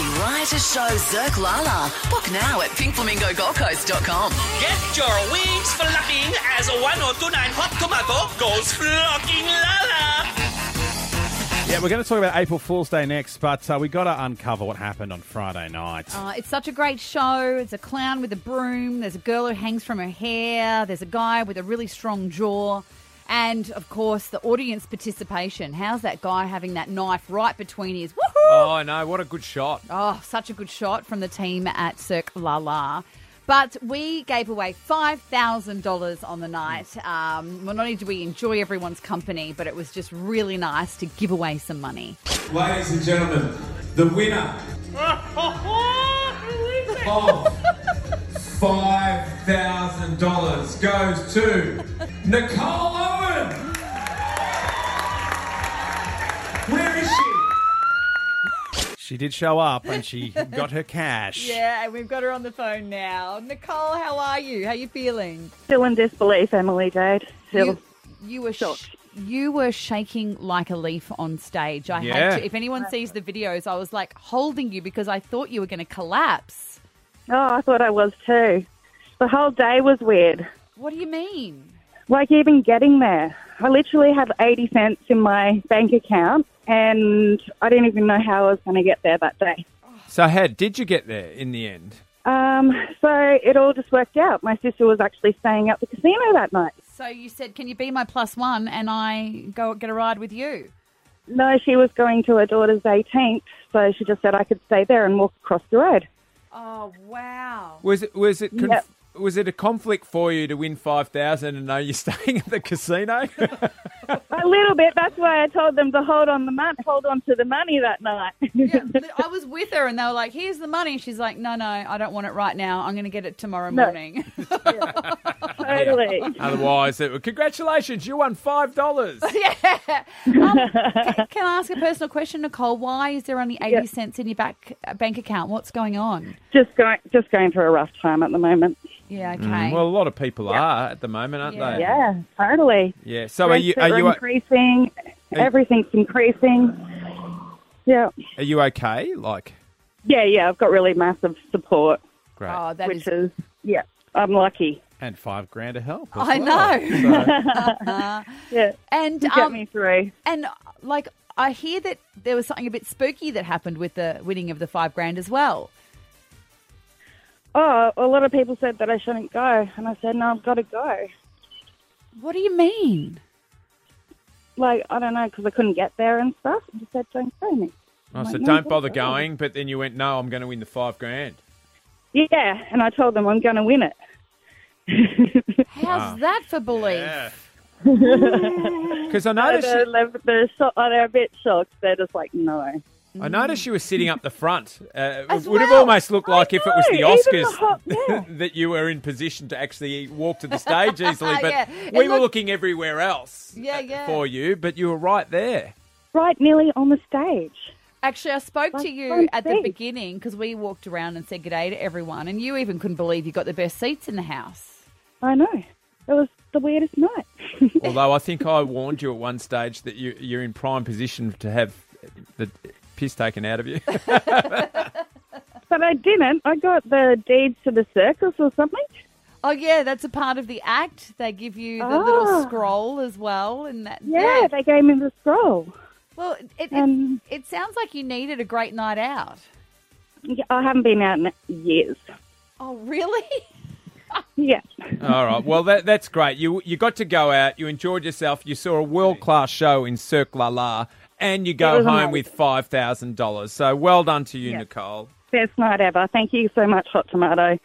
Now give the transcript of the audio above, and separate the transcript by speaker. Speaker 1: latest show, Zirk Lala. Book now at pinkflamingogolcoast.com.
Speaker 2: Get your wings flapping as a 1029 hot tomato goes flocking la la.
Speaker 3: Yeah, we're going to talk about April Fool's Day next, but uh, we got to uncover what happened on Friday night.
Speaker 4: Uh, it's such a great show. It's a clown with a broom. There's a girl who hangs from her hair. There's a guy with a really strong jaw. And of course, the audience participation. How's that guy having that knife right between his? Woohoo!
Speaker 5: Oh, I know. What a good shot.
Speaker 4: Oh, such a good shot from the team at Cirque La La. But we gave away $5,000 on the night. Um, well, not only do we enjoy everyone's company, but it was just really nice to give away some money.
Speaker 6: Ladies and gentlemen, the winner of five thousand dollars goes to Nicole Owen. Where is she?
Speaker 3: She did show up and she got her cash.
Speaker 4: Yeah, and we've got her on the phone now. Nicole, how are you? How you feeling?
Speaker 7: Still in disbelief, Emily Jade. Still.
Speaker 4: You, you were sh- you were shaking like a leaf on stage. I had
Speaker 5: Yeah.
Speaker 4: to. If anyone sees the videos, I was like holding you because I thought you were going to collapse.
Speaker 7: Oh, I thought I was too. The whole day was weird.
Speaker 4: What do you mean?
Speaker 7: Like even getting there, I literally have eighty cents in my bank account, and I didn't even know how I was going to get there that day.
Speaker 5: So, how did you get there in the end?
Speaker 7: Um, so it all just worked out. My sister was actually staying at the casino that night.
Speaker 4: So you said, "Can you be my plus one?" And I go get a ride with you.
Speaker 7: No, she was going to her daughter's 18th, so she just said I could stay there and walk across the road.
Speaker 4: Oh wow!
Speaker 5: Was it was it conf-
Speaker 7: Yep.
Speaker 5: was it a conflict for you to win five thousand and know you're staying at the casino?
Speaker 7: A little bit. That's why I told them to hold on the mon- hold on to the money that night.
Speaker 4: I was with her, and they were like, "Here's the money." She's like, "No, no, I don't want it right now. I'm going to get it tomorrow
Speaker 7: No.
Speaker 4: morning."
Speaker 7: totally.
Speaker 5: Otherwise, it would, congratulations, you won five dollars.
Speaker 4: Um, Can I ask a personal question, Nicole? Why is there only 80 cents in your back uh, bank account? What's going on?
Speaker 7: Just going, just going through a rough time at the moment.
Speaker 4: Yeah, okay.
Speaker 5: Well, a lot of people are at the moment, aren't
Speaker 4: Yeah.
Speaker 5: they?
Speaker 7: Yeah, totally.
Speaker 5: Yeah. So, are you
Speaker 7: Rents
Speaker 5: are you o-
Speaker 7: increasing? Everything's increasing. Yeah,
Speaker 5: are you okay? Like,
Speaker 7: yeah, yeah. I've got really massive support,
Speaker 5: great.
Speaker 4: oh, that is.
Speaker 7: which is yeah. I'm lucky.
Speaker 3: And five grand to help. as
Speaker 4: I
Speaker 3: well.
Speaker 4: know.
Speaker 7: Yeah,
Speaker 4: And
Speaker 7: get
Speaker 4: um,
Speaker 7: me through.
Speaker 4: and uh, like I hear that there was something a bit spooky that happened with the winning of the five grand as well.
Speaker 7: Oh, a lot of people said that I shouldn't go, and I said no, I've got to go.
Speaker 4: What do you mean?
Speaker 7: Like I don't know because I couldn't get there and stuff. I just said don't go me.
Speaker 5: I
Speaker 7: Like,
Speaker 5: said,
Speaker 7: no,
Speaker 5: oh, don't
Speaker 7: don't
Speaker 5: bother
Speaker 7: go.
Speaker 5: going, but then you went, no, I'm going to win the five grand.
Speaker 7: Yeah, and I told them I'm going to win it.
Speaker 4: How's that for belief?
Speaker 5: Because I
Speaker 4: Oh,
Speaker 7: They're,
Speaker 5: noticed, you-
Speaker 7: they're, they're, so, oh, they're a bit shocked. They're just like, no.
Speaker 5: I noticed you were sitting up the front. Uh, it
Speaker 4: As
Speaker 5: would have
Speaker 4: well.
Speaker 5: almost looked like if it was
Speaker 7: know,
Speaker 5: the
Speaker 7: even the
Speaker 5: Oscars
Speaker 7: hot- yeah.
Speaker 5: that you were in position to actually walk to the stage easily. But
Speaker 4: Yeah, it
Speaker 5: we were
Speaker 4: looked-
Speaker 5: looking everywhere else
Speaker 4: Yeah,
Speaker 5: uh,
Speaker 4: yeah.
Speaker 5: for you, but you were right there.
Speaker 7: Right nearly on the stage.
Speaker 4: Actually, I spoke to
Speaker 7: That's
Speaker 4: you
Speaker 7: so
Speaker 4: at the
Speaker 7: sweet.
Speaker 4: beginning because we walked around and said good day to everyone, and you even couldn't believe you got the best seats in the house.
Speaker 7: I know. It was the weirdest night.
Speaker 5: Although I think I warned you at one stage that you, you're in prime position to have the piss taken out of you.
Speaker 7: but I didn't. I got the deeds to the circus or something.
Speaker 4: Oh yeah, that's a part of the act. They give you the little
Speaker 7: Ah.
Speaker 4: scroll as well, and that
Speaker 7: Yeah, they gave me the scroll.
Speaker 4: Well, it, it,
Speaker 7: Um,
Speaker 4: it sounds like you needed a great night out.
Speaker 7: Yeah, I haven't been out in years.
Speaker 4: Oh, really?
Speaker 7: Yeah.
Speaker 5: All right. Well, that, that's great. You you got to go out. You enjoyed yourself. You saw a world class show in Cirque La La, and you
Speaker 7: It
Speaker 5: go
Speaker 7: was
Speaker 5: home
Speaker 7: amazing.
Speaker 5: with five thousand dollars. So well done to you,
Speaker 7: Yeah.
Speaker 5: Nicole.
Speaker 7: Best night ever. Thank you so much, Hot Tomato.